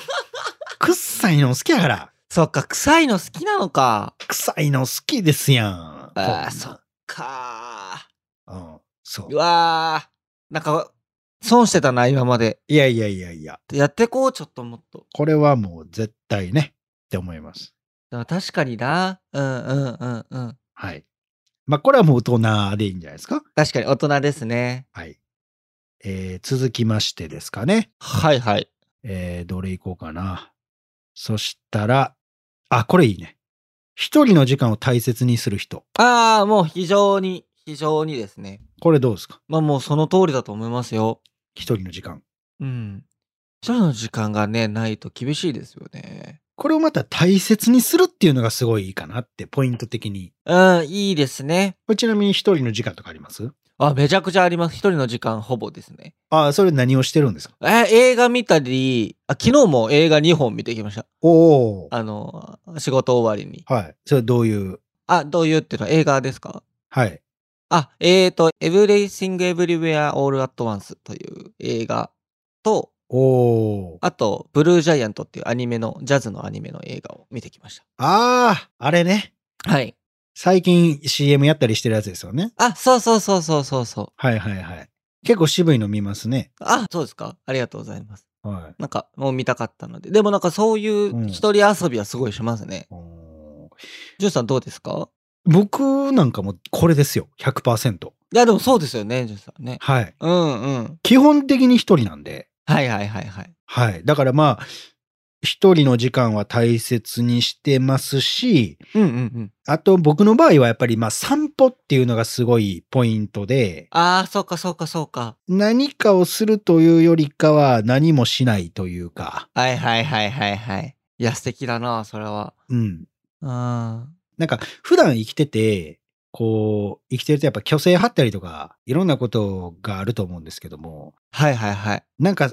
[SPEAKER 1] くっさいの好きやから。
[SPEAKER 2] そっか、臭いの好きなのか。
[SPEAKER 1] 臭いの好きですやん。
[SPEAKER 2] あーそっか
[SPEAKER 1] うん。そう
[SPEAKER 2] ー。う。わー。なんか、損してたな、今まで。
[SPEAKER 1] いやいやいやいや。
[SPEAKER 2] やってこう、ちょっともっと。
[SPEAKER 1] これはもう絶対ね、って思います。
[SPEAKER 2] でも確かにな。うんうんうんうん。
[SPEAKER 1] はい。まあ、これはもう大人でいいんじゃないですか。
[SPEAKER 2] 確かに大人ですね。
[SPEAKER 1] はい。えー続きましてですかね。
[SPEAKER 2] はいはい。
[SPEAKER 1] えーどれいこうかな。そしたら、あ、これいいね。一人の時間を大切にする人。
[SPEAKER 2] ああ、もう非常に、非常にですね。
[SPEAKER 1] これどうですか
[SPEAKER 2] まあもうその通りだと思いますよ。
[SPEAKER 1] 一人の時間。
[SPEAKER 2] うん。人の時間がね、ないと厳しいですよね。
[SPEAKER 1] これをまた大切にするっていうのがすごいいいかなって、ポイント的に。
[SPEAKER 2] うん、いいですね。
[SPEAKER 1] これちなみに一人の時間とかあります
[SPEAKER 2] あ、めちゃくちゃあります。一人の時間ほぼですね。
[SPEAKER 1] ああ、それ何をしてるんですか
[SPEAKER 2] えー映画見たり、あ、昨日も映画2本見てきました。
[SPEAKER 1] おお。
[SPEAKER 2] あの、仕事終わりに。
[SPEAKER 1] はい。それどういう、
[SPEAKER 2] あ、どういうっていうのは映画ですか
[SPEAKER 1] はい。
[SPEAKER 2] あ、えーと、Everything Everywhere All at Once という映画と、
[SPEAKER 1] おお。
[SPEAKER 2] あと、ブルージャイアントっていうアニメの、ジャズのアニメの映画を見てきまし
[SPEAKER 1] ああ、あれね。
[SPEAKER 2] た。はい。
[SPEAKER 1] 最近 CM やったりしてるやつですよね。
[SPEAKER 2] あ、そうそうそうそうそうそう。
[SPEAKER 1] はいはいはい。結構渋いの見ますね。
[SPEAKER 2] あ、そうですか。ありがとうございます。
[SPEAKER 1] はい。
[SPEAKER 2] なんか、もう見たかったので。でもなんかそういう一人遊びはすごいしますね。
[SPEAKER 1] おー
[SPEAKER 2] ジュンさんどうですか
[SPEAKER 1] 僕なんかもこれですよ。100%。
[SPEAKER 2] いや、でもそうですよね、ジュンさんね。
[SPEAKER 1] はい。
[SPEAKER 2] うんうん。
[SPEAKER 1] 基本的に一人なんで。
[SPEAKER 2] はいはいはいはい。
[SPEAKER 1] はい。だからまあ、一人の時間は大切にしてますし、
[SPEAKER 2] うんうんうん。
[SPEAKER 1] あと僕の場合はやっぱりまあ散歩っていうのがすごいポイントで、
[SPEAKER 2] ああ、そうかそうかそうか。
[SPEAKER 1] 何かをするというよりかは何もしないというか、
[SPEAKER 2] はいはいはいはいはい。いや、素敵だな、それは。
[SPEAKER 1] うん。
[SPEAKER 2] うん。
[SPEAKER 1] なんか普段生きてて、こう、生きてるとやっぱ虚勢張ったりとか、いろんなことがあると思うんですけども、
[SPEAKER 2] はいはいはい。
[SPEAKER 1] なんか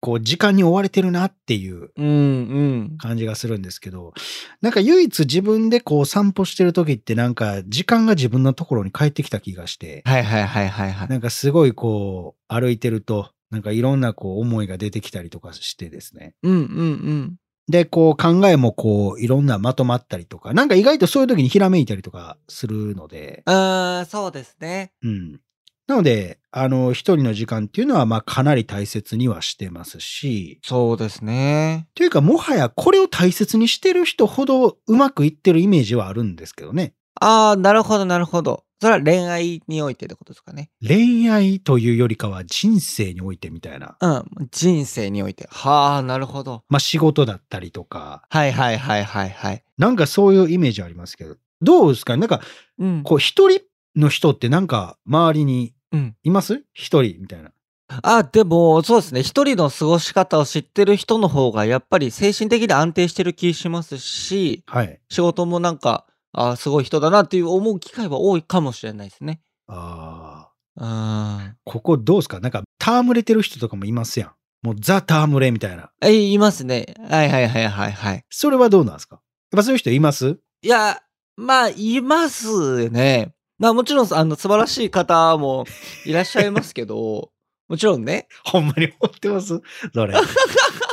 [SPEAKER 1] こう時間に追われてるなっていう
[SPEAKER 2] うんうん。
[SPEAKER 1] 感じがするんですけど、なんか唯一自分でこう散歩してる時ってなんか時間が自分のところに帰ってきた気がして、
[SPEAKER 2] はいはいはいはいはい。
[SPEAKER 1] なんかすごいこう歩いてると、なんかいろんなこう思いが出てきたりとかしてですね。
[SPEAKER 2] うんうんうん。
[SPEAKER 1] で、こう考えもこういろんなまとまったりとか、なんか意外とそういう時にひらめいたりとかするので、
[SPEAKER 2] あーそうですね。
[SPEAKER 1] うん。なので、あの、一人の時間っていうのはまあかなり大切にはしてますし、
[SPEAKER 2] そうですね。
[SPEAKER 1] というかもはやこれを大切にしてる人ほどうまくいってるイメージはあるんですけどね。
[SPEAKER 2] ああ、なるほどなるほど。それは恋愛においてってことですかね。
[SPEAKER 1] 恋愛というよりかは人生においてみたいな。
[SPEAKER 2] うん。人生において。はあ、なるほど。
[SPEAKER 1] まあ仕事だったりとか、
[SPEAKER 2] はいはいはいはいはい。
[SPEAKER 1] なんかそういうイメージありますけど、どうですかねなんか
[SPEAKER 2] うん。
[SPEAKER 1] こう一人の人ってなんか周りに
[SPEAKER 2] うん
[SPEAKER 1] います一人みたいな。
[SPEAKER 2] あ、でも、そうですね。一人の過ごし方を知ってる人の方が、やっぱり精神的に安定してる気しますし、
[SPEAKER 1] はい。
[SPEAKER 2] 仕事もなんか、あーすごい人だなっていう思う機会は多いかもしれないですね。
[SPEAKER 1] ああ。
[SPEAKER 2] うん。
[SPEAKER 1] ここどうですかなんか戯れてる人とかもいますやん。もうザ戯れみたいな。
[SPEAKER 2] え、いますね。はいはいはいはいはい。
[SPEAKER 1] それはどうなんですかやっぱそういう人います
[SPEAKER 2] いや、まあ、いますね。まあもちろん、あの、素晴らしい方もいらっしゃいますけど、 もちろんね。
[SPEAKER 1] ほんまに思ってますそれ。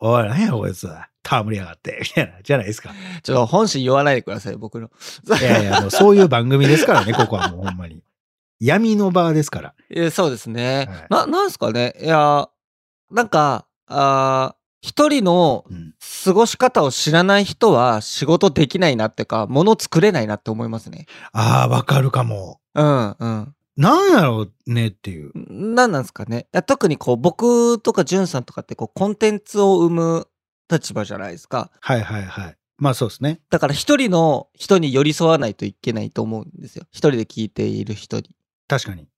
[SPEAKER 1] おい、何やこいつ。戯れやがって。みたいな。じゃないですか。
[SPEAKER 2] ちょっと本心言わないでください、僕の。
[SPEAKER 1] いやいや、もうそういう番組ですからね、 ここはもうほんまに。闇のバーですから。
[SPEAKER 2] えーそうですね。
[SPEAKER 1] はい
[SPEAKER 2] な、なんすかね。いや、なんか、あー一人の
[SPEAKER 1] うん
[SPEAKER 2] 過ごし方を知らない人は仕事できないなってか、物作れないなって思いますね。
[SPEAKER 1] ああ、わかるかも。
[SPEAKER 2] うん、うん。
[SPEAKER 1] なんやろうねっていう。
[SPEAKER 2] なんなんですかね。いや特にこう、僕とかじゅんさんとかってこう、コンテンツを生む立場じゃないですか。
[SPEAKER 1] はいはいはい。まあそうですね。
[SPEAKER 2] だから一人の人に寄り添わないといけないと思うんですよ。一人で聞いている人に。
[SPEAKER 1] 確かに。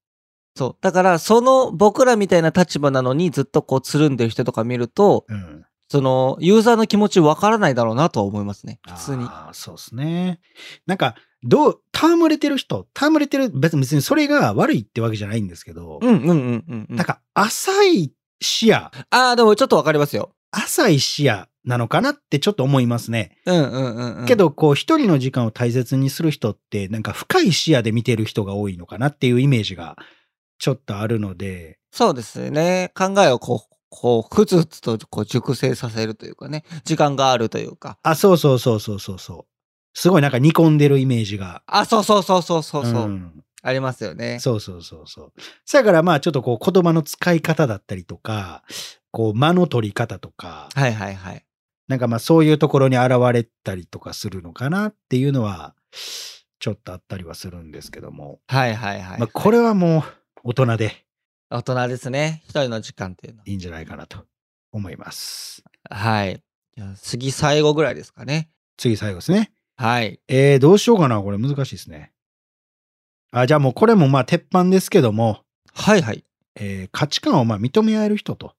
[SPEAKER 2] そう。だから、その僕らみたいな立場なのにずっとこう、つるんでる人とか見ると、
[SPEAKER 1] うん。
[SPEAKER 2] その、ユーザーの気持ちわからないだろうなとは思いますね。普通に。
[SPEAKER 1] ああ、そうですね。なんか、どう、戯れてる人、戯れてる、別に別にそれが悪いってわけじゃないんですけど、
[SPEAKER 2] うんうんうんうんう
[SPEAKER 1] な
[SPEAKER 2] ん。
[SPEAKER 1] ん
[SPEAKER 2] あ
[SPEAKER 1] か浅い視野、
[SPEAKER 2] あー、でもちょっとわかりますよ。
[SPEAKER 1] 浅い視野なのかなってちょっと思いますね。
[SPEAKER 2] うんうんうん、うん。
[SPEAKER 1] け、ど、こう、一人の時間を大切にする人って、なんか深い視野で見てる人が多いのかなっていうイメージが、ちょっとあるので、
[SPEAKER 2] そうですね。考えをこう、こう、ふつふつとこう熟成させるというかね。時間があるというか。
[SPEAKER 1] あ、そうそうそうそうそうそう。すごいなんか煮込んでるイメージが。
[SPEAKER 2] あ、そうそうそうそうそうそう。
[SPEAKER 1] ん
[SPEAKER 2] ありますよね。
[SPEAKER 1] そうそうそうそう。そやからまあちょっとこう言葉の使い方だったりとか、こう間の取り方とか、
[SPEAKER 2] はいはいはい。
[SPEAKER 1] なんかまあそういうところに現れたりとかするのかなっていうのは、ちょっとあったりはするんですけども。
[SPEAKER 2] はいはいはい。
[SPEAKER 1] まあこれはもう大人で
[SPEAKER 2] 大人ですね。一人の時間っていうの
[SPEAKER 1] いいんじゃないかなと思います。
[SPEAKER 2] は。はい。じゃあ次最後ぐらいですかね。
[SPEAKER 1] 次最後ですね。
[SPEAKER 2] はい。
[SPEAKER 1] えー、どうしようかな。これ難しいですね。あ、じゃあもうこれもまあ鉄板ですけども、
[SPEAKER 2] はいはい。
[SPEAKER 1] えー価値観をまあ認め合える人と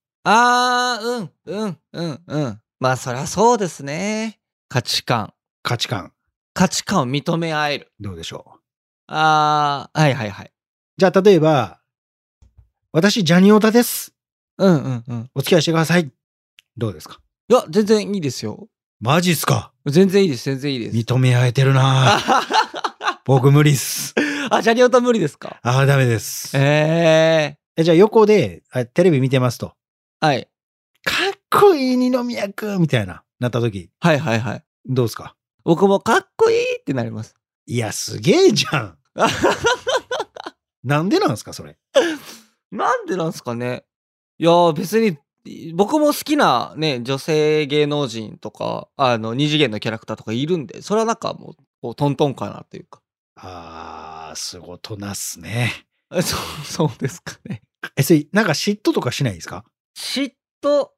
[SPEAKER 2] あー、うん、うん、うん、うん。まあ、そりゃそうですね。価値観。
[SPEAKER 1] 価値観
[SPEAKER 2] 価値観を認め合える。
[SPEAKER 1] どうでしょう
[SPEAKER 2] あー、はいはいはい。
[SPEAKER 1] じゃあ例えば私ジャニオタです
[SPEAKER 2] うんうんうん。
[SPEAKER 1] お付き合いしてくださいどうですか
[SPEAKER 2] いや、全然いいですよ。
[SPEAKER 1] マジっすか
[SPEAKER 2] 全然いいです、全然いい です。
[SPEAKER 1] 認め合えてるなぁ
[SPEAKER 2] あ、
[SPEAKER 1] 僕無理っ す
[SPEAKER 2] ジャニオタ無理ですか
[SPEAKER 1] ああダメです
[SPEAKER 2] ええ
[SPEAKER 1] えじゃあ横であテレビ見てますと
[SPEAKER 2] ー。はい。
[SPEAKER 1] かっこいい二宮君みたいななった時
[SPEAKER 2] はいはいはい。
[SPEAKER 1] どうですか
[SPEAKER 2] 僕もかっこいいってなります。
[SPEAKER 1] いやすげえじゃんなんでなんですかそれ
[SPEAKER 2] なんでなんすかねいやー別に僕も好きなね女性芸能人とかあの二次元のキャラクターとかいるんでそれはなんかもうこうトントンかなというか
[SPEAKER 1] あーすごとなっすね
[SPEAKER 2] えそうそうですかね
[SPEAKER 1] えそれなんか嫉妬とかしないですか
[SPEAKER 2] 嫉妬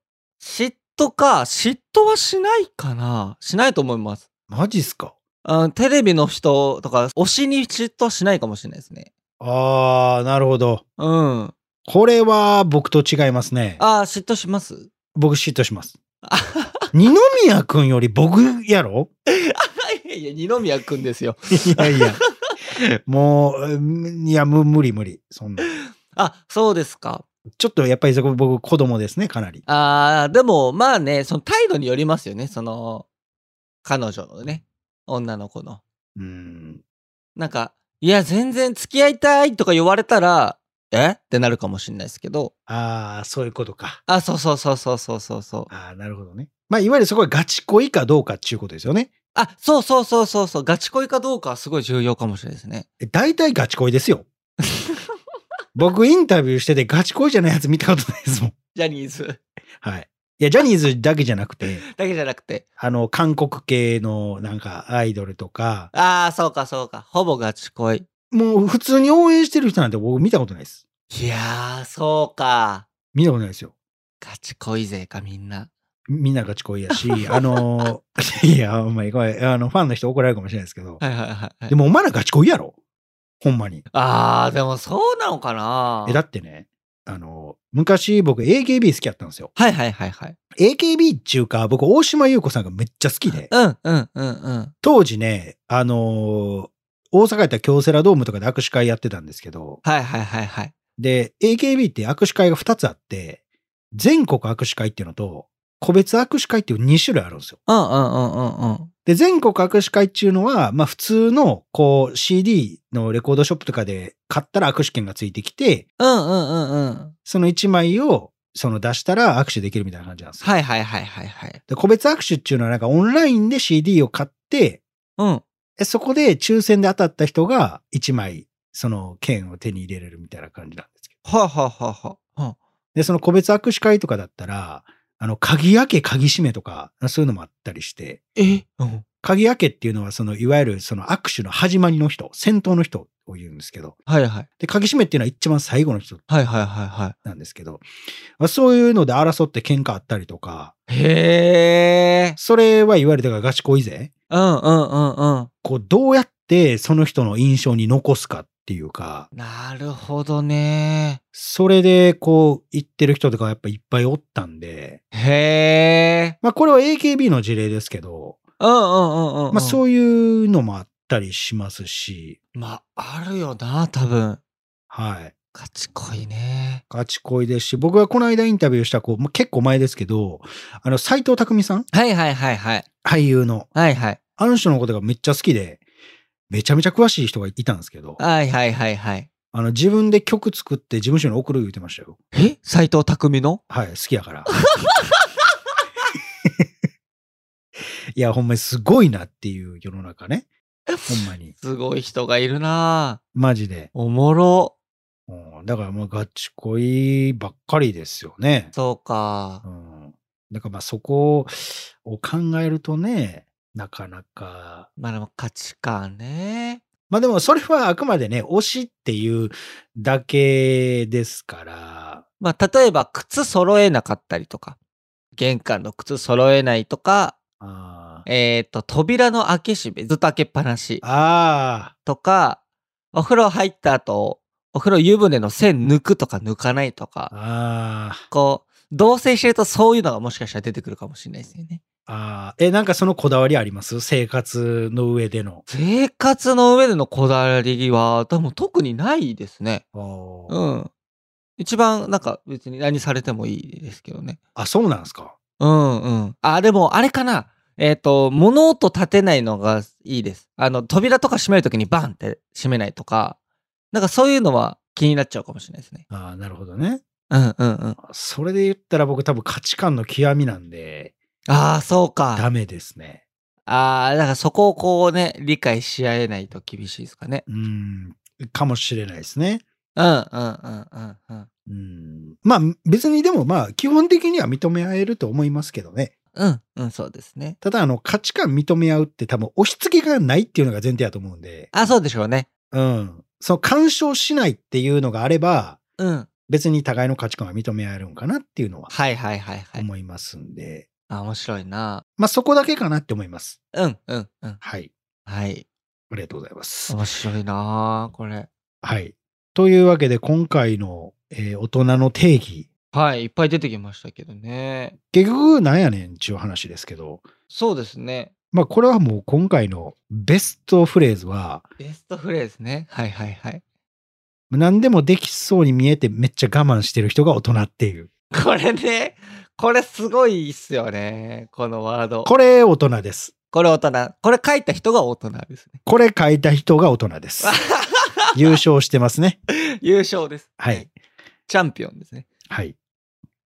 [SPEAKER 2] 嫉妬か嫉妬はしないかなしないと思います
[SPEAKER 1] マジっすか
[SPEAKER 2] あテレビの人とか推しに嫉妬はしないかもしれないですね
[SPEAKER 1] あーなるほど
[SPEAKER 2] うんあ
[SPEAKER 1] これは僕と違いますね
[SPEAKER 2] ー嫉妬します
[SPEAKER 1] 僕嫉妬します
[SPEAKER 2] あ
[SPEAKER 1] 二宮君より僕やろ
[SPEAKER 2] いやいや二宮くんですよ
[SPEAKER 1] いやいやもううんいやむ無理無理そんな
[SPEAKER 2] あそうですか
[SPEAKER 1] ちょっとやっぱりそこ僕子供ですねかなり
[SPEAKER 2] あーでもまあねその態度によりますよねその彼女のね女の子の
[SPEAKER 1] うん
[SPEAKER 2] なんか「いや全然付き合いたい」とか言われたら「えっ?」てなるかもしれないですけど
[SPEAKER 1] ああそういうことか
[SPEAKER 2] あそうそうそうそうそうそうそう
[SPEAKER 1] ああなるほどねまあいわゆるそこはガチ恋かどうかっていうことですよね
[SPEAKER 2] あそうそうそうそうそうガチ恋かどうかはすごい重要かもしれないですね
[SPEAKER 1] え大体ガチ恋ですよ僕インタビューしててガチ恋じゃないやつ見たことないですもん
[SPEAKER 2] ジャニーズ
[SPEAKER 1] はいいやジャニーズだけじゃなくて
[SPEAKER 2] だけじゃなくて
[SPEAKER 1] あの韓国系のなんかアイドルとか
[SPEAKER 2] ああそうかそうかほぼガチ恋
[SPEAKER 1] もう普通に応援してる人なんて僕見たことないです。
[SPEAKER 2] いやーそうか
[SPEAKER 1] 見たことないですよ。
[SPEAKER 2] ガチ恋勢かみんな
[SPEAKER 1] みんながちこいやし、あのーいや、お前、これ、あの、ファンの人怒られるかもしれないですけど、
[SPEAKER 2] はいはいはい、はい
[SPEAKER 1] で、もお前らガチ恋やろほんまに。
[SPEAKER 2] ああでもそうなのかな
[SPEAKER 1] え、だってね、あのー昔僕 AKB 好きやったんですよ。
[SPEAKER 2] はいはいはいはい。
[SPEAKER 1] AKB っちゅうか、僕、大島優子さんがめっちゃ好きで、
[SPEAKER 2] うんうんうんうん。
[SPEAKER 1] 当時ね、あのー大阪やったら京セラドームとかで握手会やってたんですけど、
[SPEAKER 2] はいはいはいはい。
[SPEAKER 1] で、AKB って握手会が2つあって、全国握手会っていうのと、個別握手会っていう2種類あるんですよ。
[SPEAKER 2] うんうんうんうんうん。
[SPEAKER 1] で、全国握手会っていうのは、まあ普通の、こう CD のレコードショップとかで買ったら握手券がついてきて、
[SPEAKER 2] うんうんうんうん。
[SPEAKER 1] その1枚をその出したら握手できるみたいな感じなんですよ。
[SPEAKER 2] はいはいはいはいはい。
[SPEAKER 1] で、個別握手っていうのはなんかオンラインで CD を買って、
[SPEAKER 2] うん。
[SPEAKER 1] でそこで抽選で当たった人が1枚、その券を手に入れれるみたいな感じなんですけど。
[SPEAKER 2] はあ、はあはあはあ、は
[SPEAKER 1] で、その個別握手会とかだったら、あの、鍵開け、鍵閉めとか、そういうのもあったりして、
[SPEAKER 2] えうん。
[SPEAKER 1] 鍵開けっていうのは、その、いわゆるその握手の始まりの人、先頭の人を言うんですけど、
[SPEAKER 2] はいはい。
[SPEAKER 1] で、鍵閉めっていうのは一番最後の人
[SPEAKER 2] はいはいはいは
[SPEAKER 1] なんですけど、まあそういうので争って喧嘩あったりとか、
[SPEAKER 2] い。へえ。
[SPEAKER 1] それはいわゆるだからガチ恋勢
[SPEAKER 2] うんうんうんうん。
[SPEAKER 1] こう、どうやってその人の印象に残すかっていうか、
[SPEAKER 2] なるほどね。
[SPEAKER 1] それでこう、言ってる人とかやっぱいっぱいおったんで、
[SPEAKER 2] へえ。
[SPEAKER 1] まあこれは AKB の事例ですけど、
[SPEAKER 2] うんうんうんうんうん。。
[SPEAKER 1] まあそうういうのもあったりしますし、
[SPEAKER 2] まあ、あるよな、多分。
[SPEAKER 1] はい。
[SPEAKER 2] ガチ恋ね。
[SPEAKER 1] ガチ恋ですし、僕がこの間インタビューした子、もう結構前ですけど、あの、斎藤工さん
[SPEAKER 2] はいはいはいはい。
[SPEAKER 1] 俳優の。
[SPEAKER 2] はいはい。
[SPEAKER 1] あの人のことがめっちゃ好きで、めちゃめちゃ詳しい人がいたんですけど、
[SPEAKER 2] はいはいはいはい。
[SPEAKER 1] あの、自分で曲作って事務所に送る言ってましたよ。
[SPEAKER 2] え斎藤匠の
[SPEAKER 1] はい、好きやから。 いや、ほんまにすごいなっていう世の中ね。ほんまに。
[SPEAKER 2] すごい人がいるなぁ
[SPEAKER 1] マジで。
[SPEAKER 2] おもろ。
[SPEAKER 1] うんだからもうガチ恋ばっかりですよね。
[SPEAKER 2] そうか
[SPEAKER 1] う。ん。だからまあそこを考えるとね、なかなか。
[SPEAKER 2] まあでも価値観ね。
[SPEAKER 1] まあでもそれはあくまでね、推しっていうだけですから、
[SPEAKER 2] まあ例えば靴揃えなかったりとか、玄関の靴揃えないとか、
[SPEAKER 1] あー
[SPEAKER 2] えっ、と、扉の開け閉め、ずっと開けっぱなし
[SPEAKER 1] あ
[SPEAKER 2] とか、お風呂入った後、お風呂湯船の線抜くとか抜かないと
[SPEAKER 1] ー、
[SPEAKER 2] か、
[SPEAKER 1] あ
[SPEAKER 2] こう、同棲してるとそういうのがもしかしたら出てくるかもしれないですよね。
[SPEAKER 1] ああ、え、なんかそのこだわりあります生活の上での。
[SPEAKER 2] 生活の上でのこだわりは、多分特にないですね。
[SPEAKER 1] あ,、
[SPEAKER 2] うん。一番なんか別に何されてもいいですけどね。
[SPEAKER 1] あそうなんですか。
[SPEAKER 2] うんうん。あ、でもあれかな。えっ、と、物音立てないのがいいです。あの、扉とか閉めるときにバンって閉めないとか、なんかそういうのは気になっちゃうかもしれないですね。
[SPEAKER 1] ああ、なるほどね。
[SPEAKER 2] うんうんうん。
[SPEAKER 1] それで言ったら僕多分価値観の極みなんで、
[SPEAKER 2] ああ、そう
[SPEAKER 1] ダ
[SPEAKER 2] か。
[SPEAKER 1] メですね。
[SPEAKER 2] ああ、だからそこをこうね、理解し合えないと厳しいですかね。
[SPEAKER 1] うん、かもしれないですね。
[SPEAKER 2] うんうんうんうんうん。
[SPEAKER 1] うん、まあ別にでもまあ基本的には認め合えると思いますけどね。
[SPEAKER 2] うんうん、そうですね。
[SPEAKER 1] ただあの価値観認め合うって多分押し付けがないっていうのが前提だと思うんで、
[SPEAKER 2] あそうでしょうね。
[SPEAKER 1] うん。その干渉しないっていうのがあれば、
[SPEAKER 2] うん。
[SPEAKER 1] 別に互いの価値観は認め合えるんかなっていうのは
[SPEAKER 2] はいはいはいはい。
[SPEAKER 1] 思いますんで、
[SPEAKER 2] あ面白いな。
[SPEAKER 1] まあそこだけかなって思います。
[SPEAKER 2] うんうんうん。
[SPEAKER 1] はい。
[SPEAKER 2] はい。
[SPEAKER 1] ありがとうございます。
[SPEAKER 2] 面白いな、これ。
[SPEAKER 1] はい。というわけで今回の、えー大人の定義、
[SPEAKER 2] はい、いっぱい出てきましたけどね。
[SPEAKER 1] 結局なんやねんっていう話ですけど、
[SPEAKER 2] そうですね。
[SPEAKER 1] まあこれはもう今回のベストフレーズは、
[SPEAKER 2] ベストフレーズね。はいはいはい。
[SPEAKER 1] 何でもできそうに見えてめっちゃ我慢してる人が大人っていう。
[SPEAKER 2] これね、これすごいっすよね。このワード。
[SPEAKER 1] これ大人です。
[SPEAKER 2] これ大人。これ書いた人が大人ですね。
[SPEAKER 1] これ書いた人が大人です。優勝してますね。
[SPEAKER 2] 優勝です。
[SPEAKER 1] はい。
[SPEAKER 2] チャンピオンですね。
[SPEAKER 1] はい。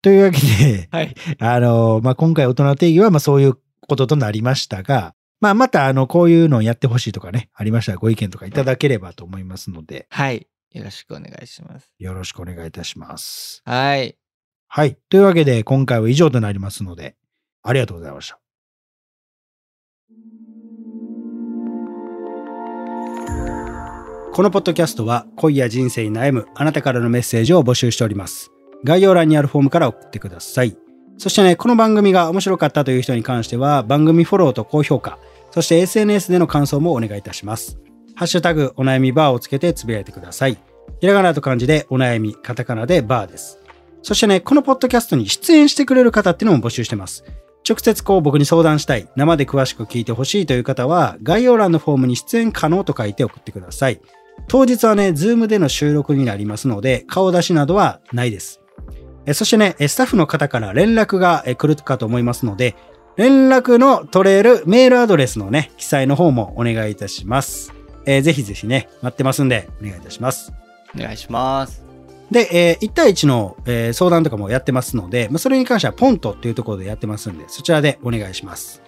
[SPEAKER 1] というわけで、
[SPEAKER 2] はい。
[SPEAKER 1] あの、まあ、今回大人の定義は、まあ、そういうこととなりましたが、まあ、また、あの、こういうのをやってほしいとかね、ありましたらご意見とかいただければと思いますので、
[SPEAKER 2] はい。よろしくお願いします。
[SPEAKER 1] よろしくお願いいたします。
[SPEAKER 2] はい。
[SPEAKER 1] はい。というわけで、今回は以上となりますので、ありがとうございました。このポッドキャストは恋や人生に悩むあなたからのメッセージを募集しております。概要欄にあるフォームから送ってください。そしてね、この番組が面白かったという人に関しては番組フォローと高評価、そして SNS での感想もお願いいたします。ハッシュタグお悩みバーをつけてつぶやいてください。ひらがなと漢字でお悩み、カタカナでバーです。そしてね、このポッドキャストに出演してくれる方っていうのも募集してます。直接こう僕に相談したい、生で詳しく聞いてほしいという方は、概要欄のフォームに出演可能と書いて送ってください。当日はね、ズームでの収録になりますので、顔出しなどはないです。えそしてね、えスタッフの方から連絡がえ来るかと思いますので、連絡の取れるメールアドレスのね、記載の方もお願いいたします。えーぜひぜひね、待ってますんで、お願いいたします。
[SPEAKER 2] お願いします。
[SPEAKER 1] で、えー1対1の、えー相談とかもやってますので、まあ、それに関してはポントっていうところでやってますんで、そちらでお願いします。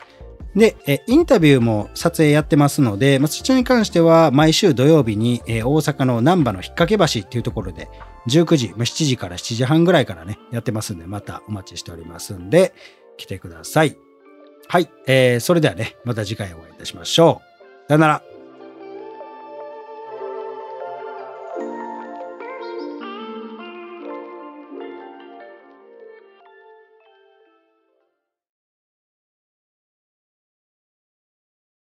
[SPEAKER 1] で、えーインタビューも撮影やってますので、まあ、そちらに関しては毎週土曜日に、えー大阪の難波の引っ掛け橋っていうところで、19時、まあ、7時から7時半ぐらいからね、やってますんで、またお待ちしておりますんで、来てください。はい、えーそれではね、また次回お会いいたしましょう。さよなら。